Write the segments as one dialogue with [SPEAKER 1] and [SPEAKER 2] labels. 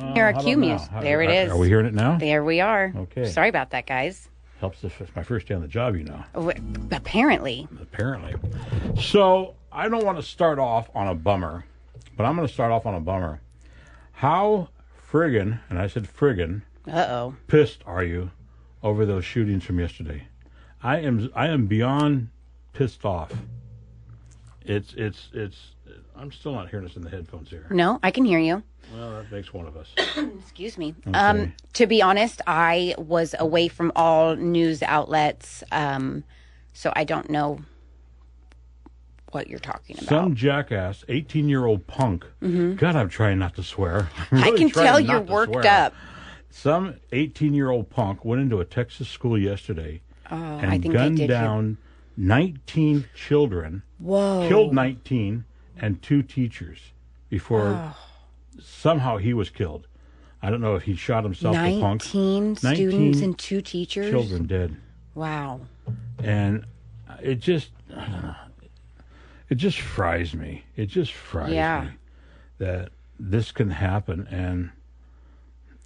[SPEAKER 1] our
[SPEAKER 2] How about
[SPEAKER 1] cue
[SPEAKER 2] now?
[SPEAKER 1] music.
[SPEAKER 2] How-
[SPEAKER 1] There it
[SPEAKER 2] are-
[SPEAKER 1] is.
[SPEAKER 2] Are we hearing it now?
[SPEAKER 1] There we are.
[SPEAKER 2] Okay.
[SPEAKER 1] Sorry about that, guys.
[SPEAKER 2] Helps us. It's my first day on the job, you know.
[SPEAKER 1] W- Apparently,
[SPEAKER 2] Apparently. So I don't want to start off on a bummer, but I'm going to start off on a bummer. How friggin', and I said friggin',
[SPEAKER 1] uh oh.
[SPEAKER 2] pissed are you over those shootings from yesterday? I am I am beyond pissed off. It's it's it's I'm still not hearing us in the headphones here.
[SPEAKER 1] No, I can hear you.
[SPEAKER 2] Well, that makes one of us.
[SPEAKER 1] Excuse me. Um, to be honest, I was away from all news outlets, um, so I don't know what you're talking about.
[SPEAKER 2] Some jackass, 18 year old punk. God, I'm trying not to swear. I'm
[SPEAKER 1] Mm-hmm. I
[SPEAKER 2] really
[SPEAKER 1] can
[SPEAKER 2] trying
[SPEAKER 1] tell
[SPEAKER 2] not
[SPEAKER 1] you're
[SPEAKER 2] to
[SPEAKER 1] worked
[SPEAKER 2] swear.
[SPEAKER 1] up.
[SPEAKER 2] Some 18 year old punk went into a Texas school yesterday and
[SPEAKER 1] Oh, think they
[SPEAKER 2] gunned
[SPEAKER 1] did hear-
[SPEAKER 2] down 19 children,
[SPEAKER 1] Whoa.
[SPEAKER 2] killed 19 and two teachers before
[SPEAKER 1] Oh.
[SPEAKER 2] somehow he was killed. I don't know if he shot himself, the punk.
[SPEAKER 1] 19 students
[SPEAKER 2] 19
[SPEAKER 1] and two teachers.
[SPEAKER 2] Children dead.
[SPEAKER 1] Wow.
[SPEAKER 2] And it just, I don't know, it just fries me. It just fries
[SPEAKER 1] Yeah.
[SPEAKER 2] me that this can happen and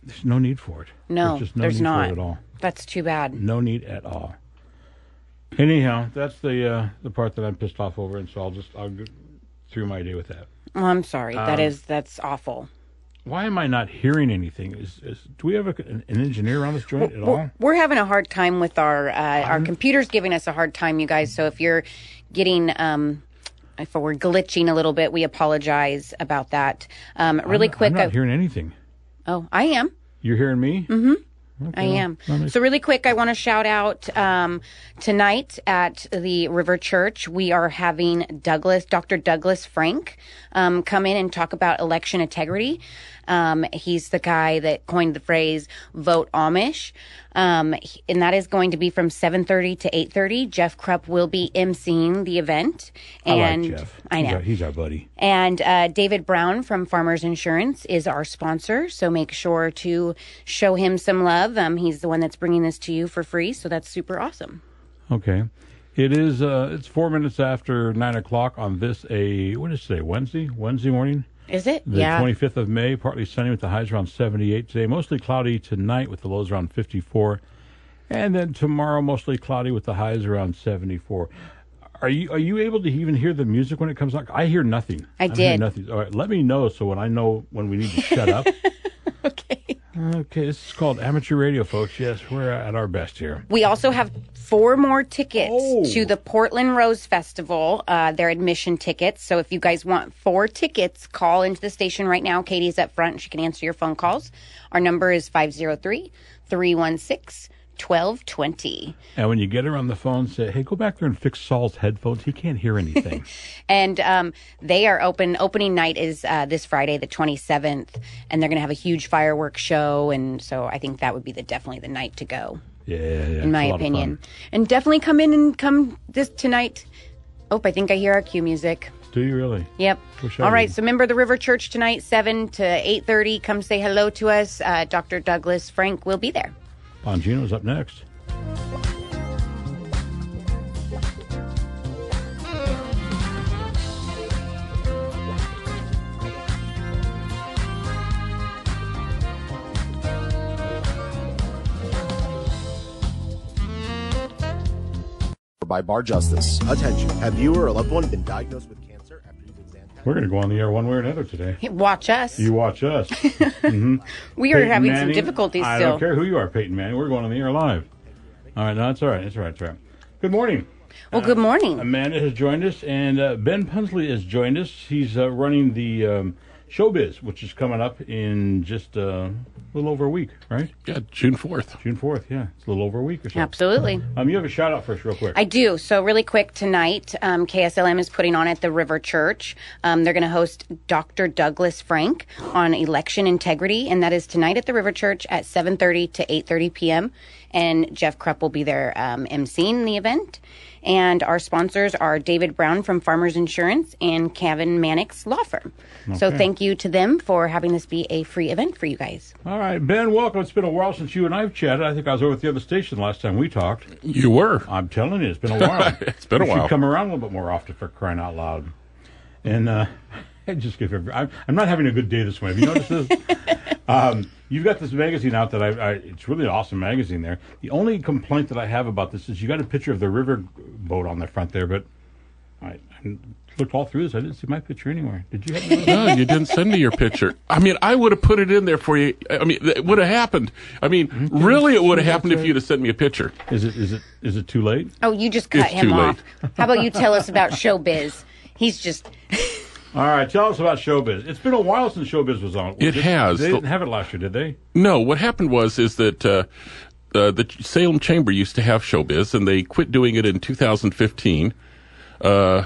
[SPEAKER 2] there's no need for it.
[SPEAKER 1] No,
[SPEAKER 2] there's, just no
[SPEAKER 1] there's
[SPEAKER 2] need
[SPEAKER 1] not.
[SPEAKER 2] for it at all.
[SPEAKER 1] That's too bad.
[SPEAKER 2] No need at all. Anyhow, that's the uh, the part that I'm pissed off over, and so I'll just I'll go through my day with that.
[SPEAKER 1] Oh, I'm sorry. that
[SPEAKER 2] Um,
[SPEAKER 1] is that's awful.
[SPEAKER 2] Why am I not hearing anything? Is, is do we have a, an, an engineer on this joint at all?
[SPEAKER 1] We're having a hard time with our uh, our computers giving us a hard time, you guys. So if you're getting um, if we're glitching a little bit, we apologize about that. Um, really quick,
[SPEAKER 2] I'm not
[SPEAKER 1] I-
[SPEAKER 2] hearing anything.
[SPEAKER 1] oh, I am.
[SPEAKER 2] You're hearing me?
[SPEAKER 1] Mm-hmm. I am. So, really quick, I want to shout out um, tonight at the River Church. We are having Douglas, Dr. Douglas Frank, um, come in and talk about election integrity. Um, he's the guy that coined the phrase "vote Amish," um, he- and that is going to be from seven thirty to eight thirty. Jeff Krupp will be emceeing the event, and
[SPEAKER 2] I like Jeff.
[SPEAKER 1] I
[SPEAKER 2] He's
[SPEAKER 1] know.
[SPEAKER 2] our- he's our buddy.
[SPEAKER 1] And uh, David Brown from Farmers Insurance is our sponsor, so make sure to show him some love. Um, he's the one that's bringing this to you for free, so that's super awesome.
[SPEAKER 2] Okay. It is. Uh, it's four minutes after nine o'clock on this a what is today Wednesday Wednesday morning.
[SPEAKER 1] Is it?
[SPEAKER 2] The
[SPEAKER 1] yeah.
[SPEAKER 2] 25th of May, partly sunny with the highs around 78 today. Mostly cloudy tonight with the lows around 54, and then tomorrow mostly cloudy with the highs around 74. Are you are you able to even hear the music when it comes out? I hear nothing.
[SPEAKER 1] I
[SPEAKER 2] I'm hearing
[SPEAKER 1] did.
[SPEAKER 2] nothing. All right, let me know so when I know when we need to shut up.
[SPEAKER 1] okay.
[SPEAKER 2] Okay, this is called amateur radio, folks. Yes, we're at our best here.
[SPEAKER 1] We also have four more tickets
[SPEAKER 2] Oh.
[SPEAKER 1] to the Portland Rose Festival. Uh, they're admission tickets. So if you guys want four tickets, call into the station right now. Katie's up front. She can answer your phone calls. Our number is 503 316 1220.
[SPEAKER 2] And when you get her on the phone, say, "Hey, go back there and fix Saul's headphones. He can't hear anything."
[SPEAKER 1] and um, they are open. Opening night is uh, this Friday, the twenty seventh, and they're going to have a huge fireworks show. And so I think that would be the definitely the night to go,
[SPEAKER 2] yeah, yeah, yeah.
[SPEAKER 1] in my opinion. And definitely come in and come this tonight. Oh, I think I hear our cue music.
[SPEAKER 2] Do you really?
[SPEAKER 1] Yep.
[SPEAKER 2] Wish I
[SPEAKER 1] All right.
[SPEAKER 2] would.
[SPEAKER 1] So, member of the River Church tonight, seven to eight thirty. Come say hello to us. Uh, Dr. Douglas Frank will be there.
[SPEAKER 2] Bongino's up next.
[SPEAKER 3] by Bar Justice.
[SPEAKER 4] Attention. Have you or a loved one been diagnosed with cancer after using Zantac?
[SPEAKER 2] We're going to go on the air one way or another today.
[SPEAKER 1] Watch us.
[SPEAKER 2] You watch us.
[SPEAKER 1] we are
[SPEAKER 2] Peyton
[SPEAKER 1] having some
[SPEAKER 2] Manning,
[SPEAKER 1] difficulties
[SPEAKER 2] I
[SPEAKER 1] still.
[SPEAKER 2] don't care who you are, Peyton Manning. We're going on the air live. All right, no, it's all right. It's all right. It's all right. Good morning.
[SPEAKER 1] Well, good morning.
[SPEAKER 2] Amanda has joined us, and uh, Ben Punsley has joined us. He's uh, running the um, Showbiz, which is coming up in just uh, a little over a week, right?
[SPEAKER 5] Yeah, June 4th.
[SPEAKER 2] June 4th, yeah. It's a little over a week or so.
[SPEAKER 1] Absolutely.
[SPEAKER 2] Um, you have a shout out first, real quick.
[SPEAKER 1] I do. So, really quick, tonight, um, KSLM is putting on at the River Church. Um, they're going to host Dr. Douglas Frank on election integrity, and that is tonight at the River Church at 7.30 to 8.30 p.m. And Jeff Krupp will be there um, emceeing the event. And our sponsors are David Brown from Farmers Insurance and Kevin Mannix Law Firm. So,
[SPEAKER 2] Okay.
[SPEAKER 1] thank you to them for having this be a free event for you guys.
[SPEAKER 2] all right, Ben, welcome. It's been a while since you and I've chatted. I think I was over at the other station last time we talked.
[SPEAKER 5] You were.
[SPEAKER 2] I'm telling you, it's been a while.
[SPEAKER 5] It's been a
[SPEAKER 2] You
[SPEAKER 5] while.
[SPEAKER 2] Should come around a little bit more often for crying out loud. And uh, I just give every, I'm, I'm not having a good day this morning. Have you noticed this? um, you've got this magazine out that I, I. It's really an awesome magazine there. The only complaint that I have about this is you got a picture of the river boat on the front there, but I, I looked all through this. I didn't see my picture anywhere. Did you? Have any?
[SPEAKER 5] No, you didn't send me your picture. I mean, I would have put it in there for you. I mean, it would have happened. I mean, really, it would have happened if you'd have sent me a picture.
[SPEAKER 2] Is it? Is it? Is it too late?
[SPEAKER 1] Oh, you just cut
[SPEAKER 5] It's
[SPEAKER 1] him
[SPEAKER 5] too
[SPEAKER 1] off. How about you tell us about showbiz? He's just
[SPEAKER 2] All right, tell us about Showbiz. It's been a while since Showbiz was on.
[SPEAKER 5] It has.
[SPEAKER 2] They didn't have it last year, did they?
[SPEAKER 5] No, what happened was is that uh, uh, the Ch- Salem Chamber used to have showbiz, and they quit doing it in 2015. Uh,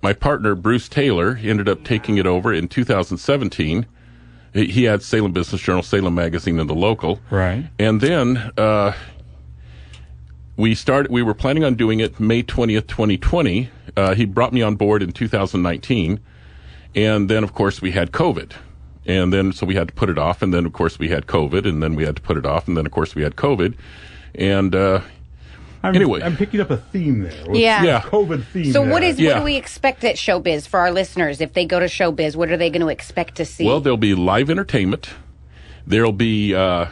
[SPEAKER 5] my partner Bruce Taylor ended up taking it over in 2017. He he had Salem Business Journal, Salem Magazine, and the local.
[SPEAKER 2] Right.
[SPEAKER 5] And then uh, we started. We were planning on doing it May 20th, 2020. Uh, he brought me on board in 2019. And then, of course, we had COVID. And then, so we had to put it off. And then, of course, we had COVID. And then we had to put it off. And then, of course, we had COVID. And uh,
[SPEAKER 2] I'm,
[SPEAKER 5] Anyway.
[SPEAKER 2] I'm picking up a theme there. with
[SPEAKER 1] Yeah.
[SPEAKER 5] Yeah.
[SPEAKER 2] COVID theme.
[SPEAKER 1] So
[SPEAKER 2] there.
[SPEAKER 1] what is what
[SPEAKER 5] Yeah.
[SPEAKER 1] do we expect at showbiz for our listeners if they go to showbiz? What are they going to expect to see?
[SPEAKER 5] well, there'll be live entertainment. There'll be uh,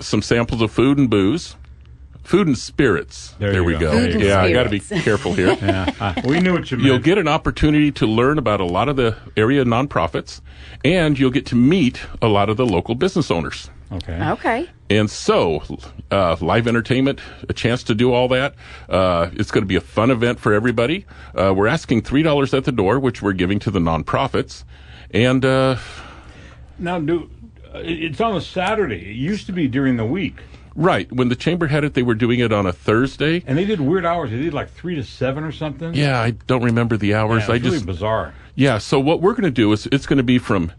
[SPEAKER 5] some samples of food and booze, food and spirits.
[SPEAKER 2] There you
[SPEAKER 5] we
[SPEAKER 2] go.
[SPEAKER 5] go.
[SPEAKER 2] Food and
[SPEAKER 5] yeah, I got to be
[SPEAKER 1] spirits.
[SPEAKER 5] careful here.
[SPEAKER 2] Yeah, uh, we knew what you meant.
[SPEAKER 5] You'll get an opportunity to learn about a lot of the area nonprofits, and you'll get to meet a lot of the local business owners.
[SPEAKER 2] okay.
[SPEAKER 1] okay.
[SPEAKER 5] And so, uh, live entertainment, a chance to do all that. Uh, it's going to be a fun event for everybody. Uh, we're asking $3 at the door, which we're giving to the nonprofits. And uh,
[SPEAKER 2] Now, do uh, it- it's on a Saturday. It used to be during the week,
[SPEAKER 5] right, when the chamber had it, they were doing it on a Thursday.
[SPEAKER 2] and they did weird hours. They did like three to seven or something.
[SPEAKER 5] Yeah, I don't remember the hours.
[SPEAKER 2] it's
[SPEAKER 5] I
[SPEAKER 2] really
[SPEAKER 5] just
[SPEAKER 2] bizarre.
[SPEAKER 5] Yeah. So what we're going to do is it's going to be from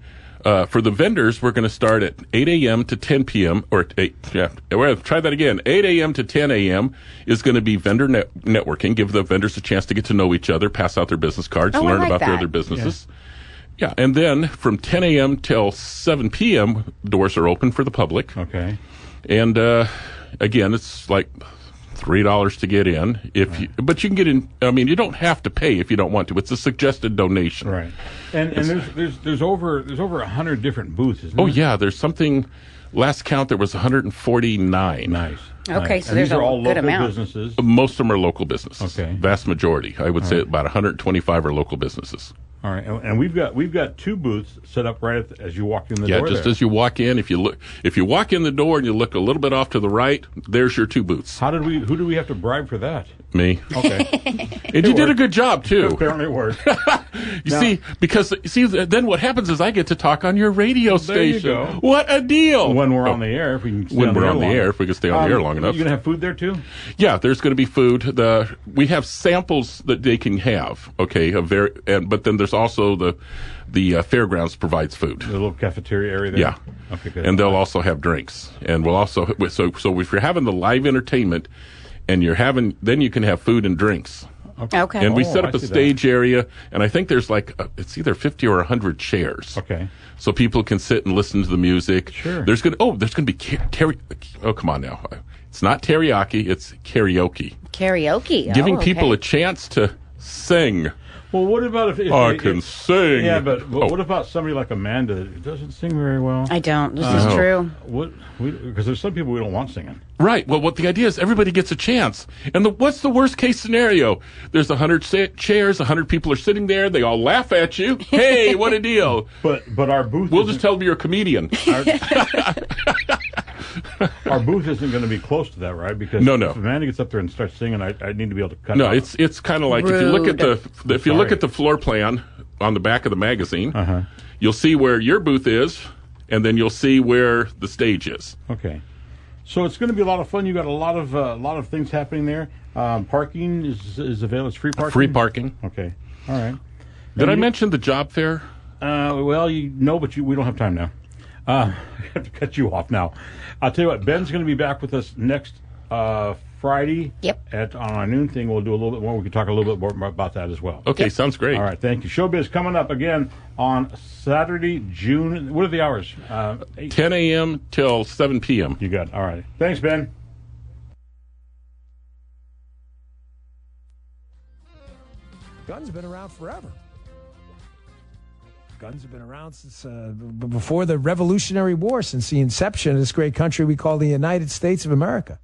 [SPEAKER 5] uh, for the vendors. We're going to start at 8 a.m. to 10 p.m. or at eight. Yeah. We're gonna try that again. 8 a.m. to 10 a.m. is going to be vendor net- networking. Give the vendors a chance to get to know each other, pass out their business cards,
[SPEAKER 1] Oh, I
[SPEAKER 5] learn
[SPEAKER 1] like
[SPEAKER 5] about their
[SPEAKER 1] that.
[SPEAKER 5] other businesses. Yeah. and then from 10 a.m. till 7 p.m., doors are open for the public.
[SPEAKER 2] Okay.
[SPEAKER 5] And uh, again, it's like three dollars to get in. If you, but you can get in. I mean, you don't have to pay if you don't want to. It's a suggested donation.
[SPEAKER 2] Right. And and there's there's there's over there's over a hundred different booths. Isn't
[SPEAKER 5] Oh
[SPEAKER 2] there?
[SPEAKER 5] yeah, there's something. Last count, there was 149.
[SPEAKER 2] Nice.
[SPEAKER 1] Okay,
[SPEAKER 2] nice.
[SPEAKER 1] so
[SPEAKER 2] And
[SPEAKER 1] there's
[SPEAKER 2] these are
[SPEAKER 1] a
[SPEAKER 2] all
[SPEAKER 1] good
[SPEAKER 2] local
[SPEAKER 1] amount.
[SPEAKER 2] businesses.
[SPEAKER 5] Most of them are local businesses.
[SPEAKER 2] Okay.
[SPEAKER 5] Vast majority, I would say, about 125 are local businesses.
[SPEAKER 2] All right, and, and we've got we've got two booths set up right at the, as you walk in the
[SPEAKER 5] Yeah,
[SPEAKER 2] door.
[SPEAKER 5] just
[SPEAKER 2] there.
[SPEAKER 5] as you walk in, if you look, if you walk in the door and you look a little bit off to the right, there's your two booths.
[SPEAKER 2] How did we? Who do we have to bribe for that?
[SPEAKER 5] Me,
[SPEAKER 2] Okay,
[SPEAKER 5] and you did a good job too.
[SPEAKER 2] apparently it worked.
[SPEAKER 5] You see, because see, then what happens is I get to talk on your radio
[SPEAKER 2] there you
[SPEAKER 5] station.
[SPEAKER 2] go.
[SPEAKER 5] What a deal! Oh,
[SPEAKER 2] when we're on the air, if we can. Stay
[SPEAKER 5] when
[SPEAKER 2] on
[SPEAKER 5] we're on the
[SPEAKER 2] long
[SPEAKER 5] air,
[SPEAKER 2] enough.
[SPEAKER 5] if we can stay on the
[SPEAKER 2] Um,
[SPEAKER 5] air long enough.
[SPEAKER 2] you gonna have food there too?
[SPEAKER 5] Yeah, there's going to be food. The we have samples that they can have. Okay, a very and but then there's also the the uh, fairgrounds provides food.
[SPEAKER 2] The little cafeteria area there.
[SPEAKER 5] Yeah.
[SPEAKER 2] Okay. Good.
[SPEAKER 5] And they'll also have drinks, and we'll also so so if you're having the live entertainment, and you're having then you can have food and drinks,
[SPEAKER 1] Okay.
[SPEAKER 5] and we
[SPEAKER 2] Oh,
[SPEAKER 5] set
[SPEAKER 2] I
[SPEAKER 5] up a
[SPEAKER 2] see that.
[SPEAKER 5] stage area, and I think there's like uh it's either fifty or hundred chairs.
[SPEAKER 2] Okay.
[SPEAKER 5] So people can sit and listen to the music.
[SPEAKER 2] Sure.
[SPEAKER 5] There's gonna oh there's gonna be ca- terry oh come on now it's not teriyaki it's karaoke
[SPEAKER 1] Karaoke. Oh,
[SPEAKER 5] giving people a
[SPEAKER 1] okay.
[SPEAKER 5] chance to sing. Oh,
[SPEAKER 2] Well, what about if, if
[SPEAKER 5] I
[SPEAKER 2] if-
[SPEAKER 5] can sing.
[SPEAKER 2] Yeah, but but
[SPEAKER 5] Oh.
[SPEAKER 2] what about somebody like Amanda that doesn't sing very well?
[SPEAKER 1] I don't. This is
[SPEAKER 5] Oh.
[SPEAKER 1] true.
[SPEAKER 2] What? Because there's some people we don't want singing.
[SPEAKER 5] Right. Well, what the idea is, everybody gets a chance. And the, what's the worst case scenario? There's a hundred sa- chairs, a hundred people are sitting there. They all laugh at you. Hey, what a deal!
[SPEAKER 2] But but our booth.
[SPEAKER 5] We'll
[SPEAKER 2] isn't-
[SPEAKER 5] just tell them you're a comedian.
[SPEAKER 2] our booth isn't going to be close to that, right? Because
[SPEAKER 5] No, no.
[SPEAKER 2] If Amanda gets up there and starts singing, I, I need to be able to cut. it
[SPEAKER 5] No,
[SPEAKER 2] off.
[SPEAKER 5] it's it's kind of like if you look at the if you
[SPEAKER 2] Sorry.
[SPEAKER 5] look
[SPEAKER 2] Uh-huh.
[SPEAKER 5] at the floor plan on the back of the magazine, you'll see where your booth is, and then you'll see where the stage is.
[SPEAKER 2] okay. So it's going to be a lot of fun. You got a lot of a lot of things happening there. Um, parking is is available. It's free parking.
[SPEAKER 5] Free parking.
[SPEAKER 2] Okay. All right.
[SPEAKER 5] Did I
[SPEAKER 2] you-
[SPEAKER 5] mention the job fair?
[SPEAKER 2] Uh, well, you no, but you, we don't have time now. Uh, I have to cut you off now. I'll tell you what. Ben's going to be back with us next uh, Friday.
[SPEAKER 1] Yep.
[SPEAKER 2] At on our noon thing, we'll do a little bit more. We can talk a little bit more- more about that as well.
[SPEAKER 5] Okay, sounds great.
[SPEAKER 2] All right, thank you. Showbiz coming up again on Saturday, June. What are the hours? Uh, eight.
[SPEAKER 5] 10 a.m. till 7 p.m.
[SPEAKER 2] You got. it. All right. Thanks, Ben.
[SPEAKER 4] Gun's been around forever.
[SPEAKER 6] Guns have been around since uh, b- before the Revolutionary War, since the inception of this great country we call the United States of America.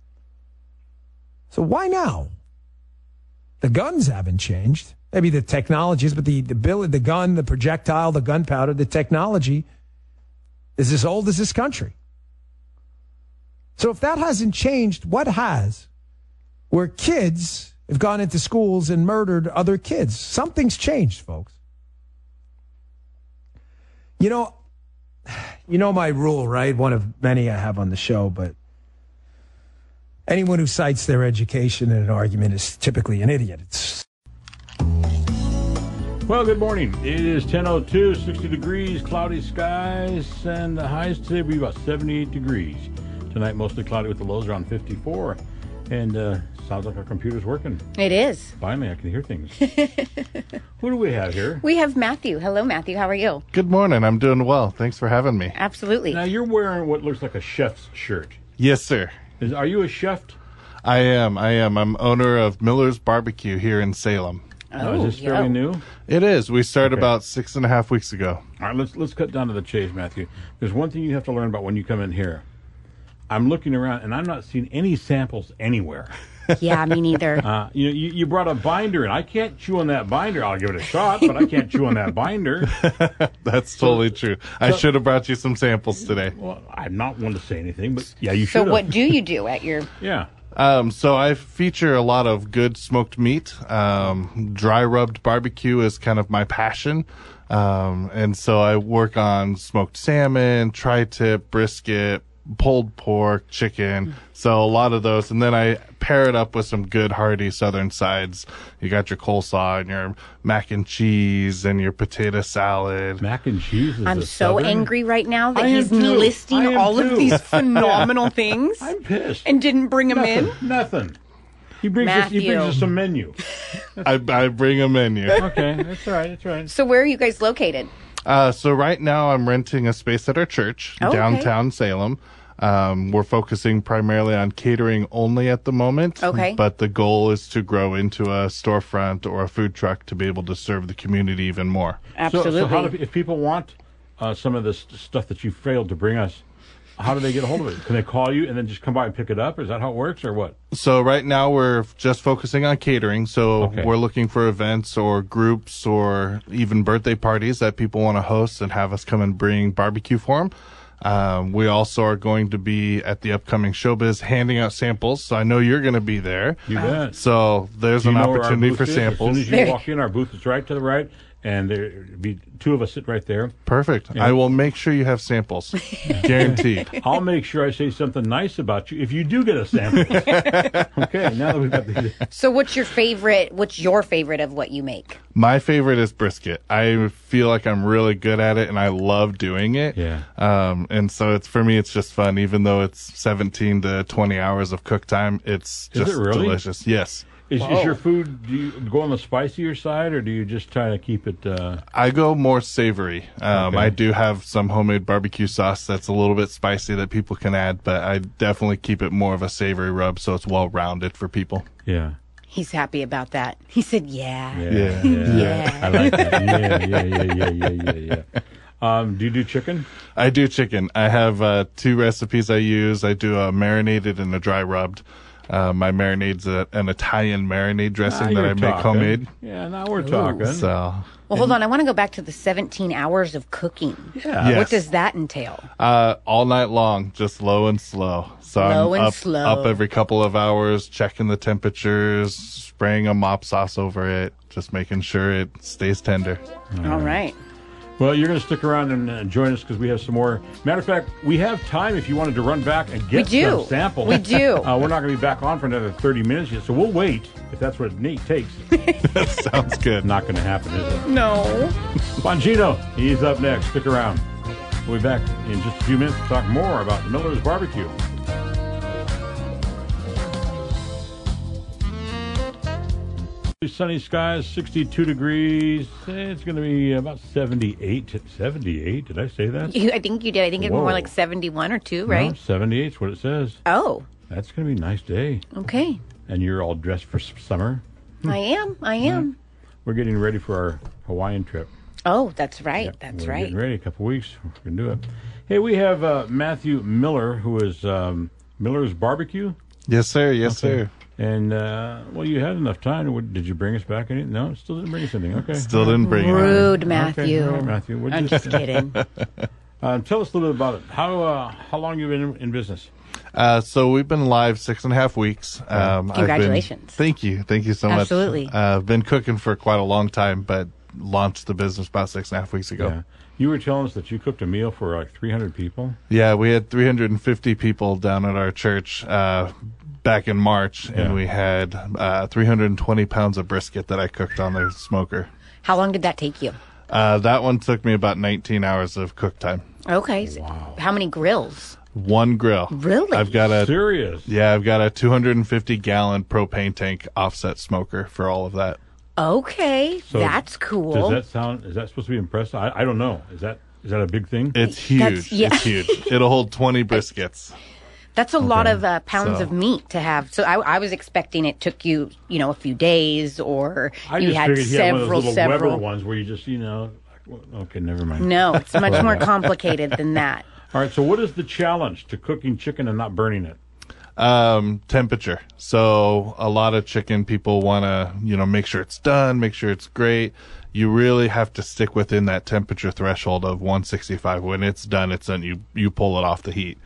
[SPEAKER 6] So why now? The guns haven't changed. Maybe the technologies, but the the bill, the gun, the projectile, the gunpowder, the technology is as old as this country. So if that hasn't changed, what has? Where kids have gone into schools and murdered other kids. Something's changed, folks. You know, you know my rule, right? One of many I have on the show, but anyone who cites their education in an argument is typically an idiot. It's
[SPEAKER 2] Well, good morning. It is 10.02, 60 degrees, cloudy skies, and the highs today will be about 78 degrees. Tonight, mostly cloudy with the lows around 54. And uh, sounds like our computer's working.
[SPEAKER 1] It is.
[SPEAKER 2] Finally, I can hear things. Who do we have here?
[SPEAKER 1] We have Matthew. Hello, Matthew. How are you?
[SPEAKER 7] Good morning. I'm doing well. Thanks for having me.
[SPEAKER 1] Absolutely.
[SPEAKER 2] Now, you're wearing what looks like a chef's shirt.
[SPEAKER 7] Yes, sir.
[SPEAKER 2] Is, are you a chef?
[SPEAKER 7] I am. I am. I'm owner of Miller's Barbecue here in Salem.
[SPEAKER 2] Uh, is this fairly
[SPEAKER 1] yo.
[SPEAKER 2] new? All
[SPEAKER 7] It is. We started
[SPEAKER 2] Okay.
[SPEAKER 7] about six and a half weeks ago.
[SPEAKER 2] right, let's let's cut down to the chase, Matthew. There's one thing you have to learn about when you come in here. I'm looking around and I'm not seeing any samples anywhere.
[SPEAKER 1] Yeah, me neither.
[SPEAKER 2] Uh, you, you you brought a binder and I can't chew on that binder. I'll give it a shot, but I can't chew on that binder.
[SPEAKER 7] That's totally true. I should have brought you some samples today.
[SPEAKER 2] Well, I'm not one to say anything, but yeah, you
[SPEAKER 1] so,
[SPEAKER 2] should.
[SPEAKER 1] what do you do at your?
[SPEAKER 2] Yeah.
[SPEAKER 7] Um, so I feature a lot of good smoked meat. Um, dry rubbed barbecue is kind of my passion. Um, and so I work on smoked salmon, tri tip, brisket, pulled pork, chicken. So a lot of those. And then I pair it up with some good hearty southern sides. You got your coleslaw and your mac and cheese and your potato salad.
[SPEAKER 2] Mac and cheese. Is
[SPEAKER 1] I'm
[SPEAKER 2] a
[SPEAKER 1] so
[SPEAKER 2] southern-
[SPEAKER 1] angry right now that
[SPEAKER 2] I am
[SPEAKER 1] he's
[SPEAKER 2] too. I
[SPEAKER 1] listing
[SPEAKER 2] am
[SPEAKER 1] all
[SPEAKER 2] too.
[SPEAKER 1] of these phenomenal things
[SPEAKER 2] I'm pissed.
[SPEAKER 1] and didn't bring them
[SPEAKER 2] nothing.
[SPEAKER 1] in.
[SPEAKER 2] Nothing. He brings us, he brings
[SPEAKER 1] Matthew.
[SPEAKER 2] us a menu.
[SPEAKER 7] I, I bring them in you.
[SPEAKER 2] Okay, that's all right. That's all right.
[SPEAKER 1] So, where are you guys located?
[SPEAKER 7] Uh, so right now I'm renting a space at our church
[SPEAKER 1] Oh, okay.
[SPEAKER 7] downtown Salem. Um, we're focusing primarily on catering only at the moment.
[SPEAKER 1] Okay.
[SPEAKER 7] But the goal is to grow into a storefront or a food truck to be able to serve the community even more.
[SPEAKER 1] Absolutely.
[SPEAKER 2] So, so how do, if people want uh, some of this stuff that you failed to bring us, how do they get a hold of it? Can they call you and then just come by and pick it up? Is that how it works, or what?
[SPEAKER 7] So right now we're just focusing on catering. So
[SPEAKER 2] Okay.
[SPEAKER 7] we're looking for events or groups or even birthday parties that people want to host and have us come and bring barbecue for them. Um, we also are going to be at the upcoming showbiz handing out samples. So I know you're going to be there.
[SPEAKER 2] You
[SPEAKER 1] Uh,
[SPEAKER 2] bet.
[SPEAKER 7] So there's
[SPEAKER 2] Do you
[SPEAKER 7] an
[SPEAKER 2] know where our
[SPEAKER 7] opportunity
[SPEAKER 2] booth
[SPEAKER 7] for
[SPEAKER 2] is?
[SPEAKER 7] samples.
[SPEAKER 2] As soon as you walk in, our booth is right to the right, and there be two of us sit right there.
[SPEAKER 7] Perfect. I will make sure you have samples, guaranteed.
[SPEAKER 2] I'll make sure I say something nice about you if you do get a sample. okay, now that we've got the
[SPEAKER 1] So what's your favorite? What's your favorite of what you make?
[SPEAKER 7] My favorite is brisket. I feel like I'm really good at it and I love doing it.
[SPEAKER 2] Yeah.
[SPEAKER 7] Um, and so it's for me, it's just fun. Even though it's 17 to 20 hours of cook time, it's
[SPEAKER 2] Is it
[SPEAKER 7] just
[SPEAKER 2] really?
[SPEAKER 7] delicious. Yes.
[SPEAKER 2] Is, is your food, do you go on the spicier side or do you just try to keep it? Uh,
[SPEAKER 7] I go more savory. Um,
[SPEAKER 2] Okay.
[SPEAKER 7] I do have some homemade barbecue sauce that's a little bit spicy that people can add, but I definitely keep it more of a savory rub so it's well rounded for people.
[SPEAKER 2] yeah.
[SPEAKER 1] He's happy about that. He said, "Yeah."
[SPEAKER 7] Yeah.
[SPEAKER 1] Yeah.
[SPEAKER 2] I like that. Yeah, yeah, yeah, yeah, yeah, yeah, yeah. Um, do you do chicken?
[SPEAKER 7] I do chicken. I have uh, two recipes I use. I do a marinated and a dry rubbed. Uh, my marinade's a, an Italian
[SPEAKER 1] Ah,
[SPEAKER 7] marinade dressing that
[SPEAKER 2] you're
[SPEAKER 7] I make
[SPEAKER 2] talking.
[SPEAKER 7] homemade.
[SPEAKER 2] Yeah, now we're talking.
[SPEAKER 7] So
[SPEAKER 1] Well, hold on. I want to go back to the 17 hours of cooking.
[SPEAKER 2] Yeah.
[SPEAKER 7] Yes.
[SPEAKER 1] What does that entail?
[SPEAKER 7] uh, all night long, just low and slow. So
[SPEAKER 1] Low
[SPEAKER 7] I'm
[SPEAKER 1] and
[SPEAKER 7] up,
[SPEAKER 1] slow.
[SPEAKER 7] up every couple of hours, checking the temperatures, spraying a mop sauce over it, just making sure it stays tender.
[SPEAKER 2] Uh,
[SPEAKER 1] All right.
[SPEAKER 2] Well, you're going to stick around and uh, join us because we have some more. Matter of fact, we have time if you wanted to run back and get
[SPEAKER 1] We do.
[SPEAKER 2] some samples.
[SPEAKER 1] We do.
[SPEAKER 2] Uh, we're not going to be back on for another 30 minutes yet, so we'll wait if that's what Nate takes.
[SPEAKER 7] Sounds good.
[SPEAKER 2] not going to happen, is it?
[SPEAKER 1] No.
[SPEAKER 2] Bongino, he's up next. Stick around. We'll be back in just a few minutes to talk more about Miller's Barbecue. Sunny skies, 62 degrees. Eh, It's going to be about 78. 78? Did I say that?
[SPEAKER 1] You, I think you did. I think it's
[SPEAKER 2] Whoa.
[SPEAKER 1] more like 71 or two, right?
[SPEAKER 2] No, 78 is what it says. That's going to be a nice day.
[SPEAKER 1] Oh, okay.
[SPEAKER 2] And you're all dressed for s- summer.
[SPEAKER 1] I am. I am.
[SPEAKER 2] We're getting ready for our Hawaiian trip.
[SPEAKER 1] Oh, that's right. That's
[SPEAKER 2] We're
[SPEAKER 1] right.
[SPEAKER 2] Getting ready a couple weeks. We can do it. Hey, we have uh, Matthew Miller, who is um, Miller's Barbecue.
[SPEAKER 7] Yes, sir. Yes, sir.
[SPEAKER 2] And uh, well, you had enough time. What- Did you bring us back anything? No, still didn't bring us anything. Okay.
[SPEAKER 7] Still didn't bring it.
[SPEAKER 1] Rude,
[SPEAKER 2] Okay,
[SPEAKER 1] Matthew.
[SPEAKER 2] all right, Matthew, what
[SPEAKER 1] I'm
[SPEAKER 2] do you
[SPEAKER 1] just kidding.
[SPEAKER 2] Uh, tell us a little bit about it. How uh, how long you been in, in business?
[SPEAKER 7] Uh, so we've been live six and a half weeks. Um, I've been-
[SPEAKER 1] Congratulations.
[SPEAKER 7] thank you. Thank you so much.
[SPEAKER 1] Absolutely.
[SPEAKER 7] Uh, I've been cooking for quite a long time, but launched the business about six and a half weeks ago.
[SPEAKER 2] Yeah. You were telling us that you cooked a meal for like 300 people.
[SPEAKER 7] Yeah, we had 350 people down at our church uh, back in March,
[SPEAKER 2] Yeah.
[SPEAKER 7] and we had uh, 320 pounds of brisket that I cooked on the smoker.
[SPEAKER 1] How long did that take you?
[SPEAKER 7] Uh, that one took me about 19 hours of cook time.
[SPEAKER 1] Okay. so How many grills?
[SPEAKER 7] One grill.
[SPEAKER 1] Really?
[SPEAKER 7] I've got a
[SPEAKER 2] Serious.
[SPEAKER 7] yeah, I've got a 250 gallon propane tank offset smoker for all of that.
[SPEAKER 1] Okay.
[SPEAKER 2] So
[SPEAKER 1] that's cool.
[SPEAKER 2] Does that sound? Is that supposed to be impressive? I, I don't know. Is that is that a big thing?
[SPEAKER 7] It's
[SPEAKER 1] That's-
[SPEAKER 7] huge.
[SPEAKER 1] yeah.
[SPEAKER 7] It's huge. It'll hold 20 briskets.
[SPEAKER 1] That's a lot of uh, pounds
[SPEAKER 7] so-
[SPEAKER 1] of meat to have. So I, I was expecting it took you, you know, a few days or
[SPEAKER 2] I
[SPEAKER 1] you
[SPEAKER 2] just
[SPEAKER 1] had
[SPEAKER 2] figured he had one of
[SPEAKER 1] several,
[SPEAKER 2] those little Weber
[SPEAKER 1] several.
[SPEAKER 2] ones where you just you know. like, well, Okay, never mind.
[SPEAKER 1] No, it's much more complicated than that.
[SPEAKER 2] All right. So, what is the challenge to cooking chicken and not burning it?
[SPEAKER 7] Um, temperature. So a lot of chicken people want to, you know, make sure it's done, make sure it's great. You really have to stick within that temperature threshold of 165. When it's done, it's done. You you pull it off the heat,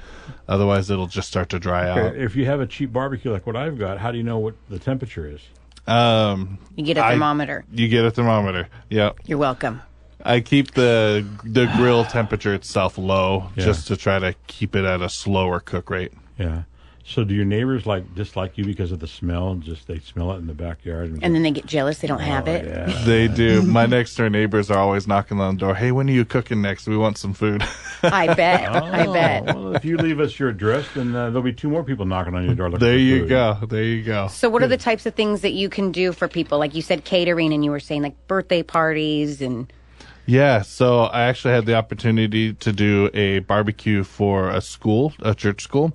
[SPEAKER 7] otherwise it'll just start to dry out.
[SPEAKER 2] If you have a cheap barbecue like what I've got, how do you know what the temperature is?
[SPEAKER 7] Um,
[SPEAKER 1] You get a
[SPEAKER 7] I-
[SPEAKER 1] thermometer.
[SPEAKER 7] you get a thermometer. Yeah,
[SPEAKER 1] You're welcome.
[SPEAKER 7] I keep the the grill temperature itself low
[SPEAKER 2] Yeah.
[SPEAKER 7] just to try to keep it at a slower cook rate.
[SPEAKER 2] Yeah. So, do your neighbors like dislike you because of the smell? Just they smell it in the backyard, and,
[SPEAKER 1] And then they get jealous they don't have it.
[SPEAKER 2] Oh, yeah.
[SPEAKER 7] They do. My next door neighbors are always knocking on the door. Hey, when are you cooking next? We want some food.
[SPEAKER 1] I bet. I
[SPEAKER 2] Oh,
[SPEAKER 1] bet.
[SPEAKER 2] Well, if you leave us your address, then uh, there'll be two more people knocking on your door. looking
[SPEAKER 7] There
[SPEAKER 2] for
[SPEAKER 7] you
[SPEAKER 2] food.
[SPEAKER 7] go. There you go.
[SPEAKER 1] So what are the types of things that you can do for people? Like you said catering and you were saying like birthday parties and
[SPEAKER 7] Yeah. So I actually had the opportunity to do a barbecue for a school, a church school.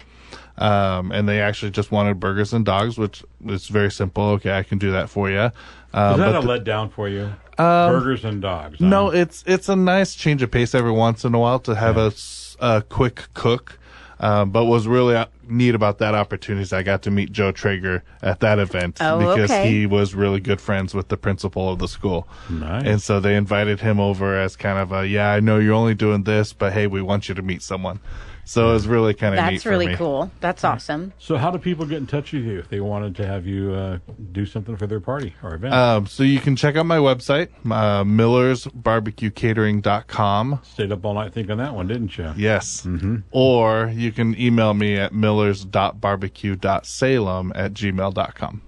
[SPEAKER 7] Um, and they actually just wanted burgers and dogs, which is very simple. Okay, I can do that for you.
[SPEAKER 2] Is
[SPEAKER 7] Um,
[SPEAKER 2] that
[SPEAKER 7] but
[SPEAKER 2] a
[SPEAKER 7] the- Um,
[SPEAKER 2] letdown for you? Burgers and dogs. huh?
[SPEAKER 7] no, it's it's a nice change of pace every once in a while to have a s a a, quick cook. Um, but what was really uh, neat about that opportunity is I got to meet Joe Traeger at that event
[SPEAKER 1] Oh,
[SPEAKER 7] because
[SPEAKER 1] okay.
[SPEAKER 7] he was really good friends with the principal of the school.
[SPEAKER 2] Nice.
[SPEAKER 7] And so they invited him over as kind of a, yeah, I know you're only doing this, but hey, we want you to meet someone. So it was really kind of neat
[SPEAKER 1] that's
[SPEAKER 7] for
[SPEAKER 1] really
[SPEAKER 7] me.
[SPEAKER 1] cool. That's awesome.
[SPEAKER 2] So, how do people get in touch with you if they wanted to have you uh, do something for their party or event?
[SPEAKER 7] Um, so you can check out my website, uh, millersbarbecuecatering.com.
[SPEAKER 2] Stayed up all night thinking that one, didn't you?
[SPEAKER 7] Yes.
[SPEAKER 2] Mm-hmm.
[SPEAKER 7] Or you can email me at millers.barbecue.salem at gmail.com.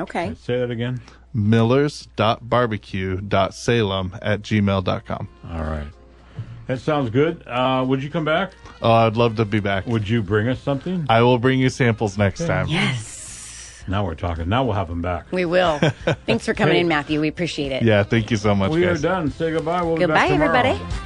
[SPEAKER 1] Okay.
[SPEAKER 2] Say that again.
[SPEAKER 7] Millers.barbecue.salem at gmail.com.
[SPEAKER 2] All right. That sounds good. Uh, would you come back?
[SPEAKER 7] Oh, I'd love to be back.
[SPEAKER 2] Would you bring us something?
[SPEAKER 7] I will bring you samples next time.
[SPEAKER 1] Yes.
[SPEAKER 2] Now we're talking. Now we'll have them back.
[SPEAKER 1] We will. Thanks for coming in, Matthew. We appreciate it.
[SPEAKER 7] Yeah, thank you so much,
[SPEAKER 2] We are
[SPEAKER 7] guys.
[SPEAKER 2] done. Say goodbye. We'll be
[SPEAKER 1] Goodbye,
[SPEAKER 2] back tomorrow.
[SPEAKER 1] everybody.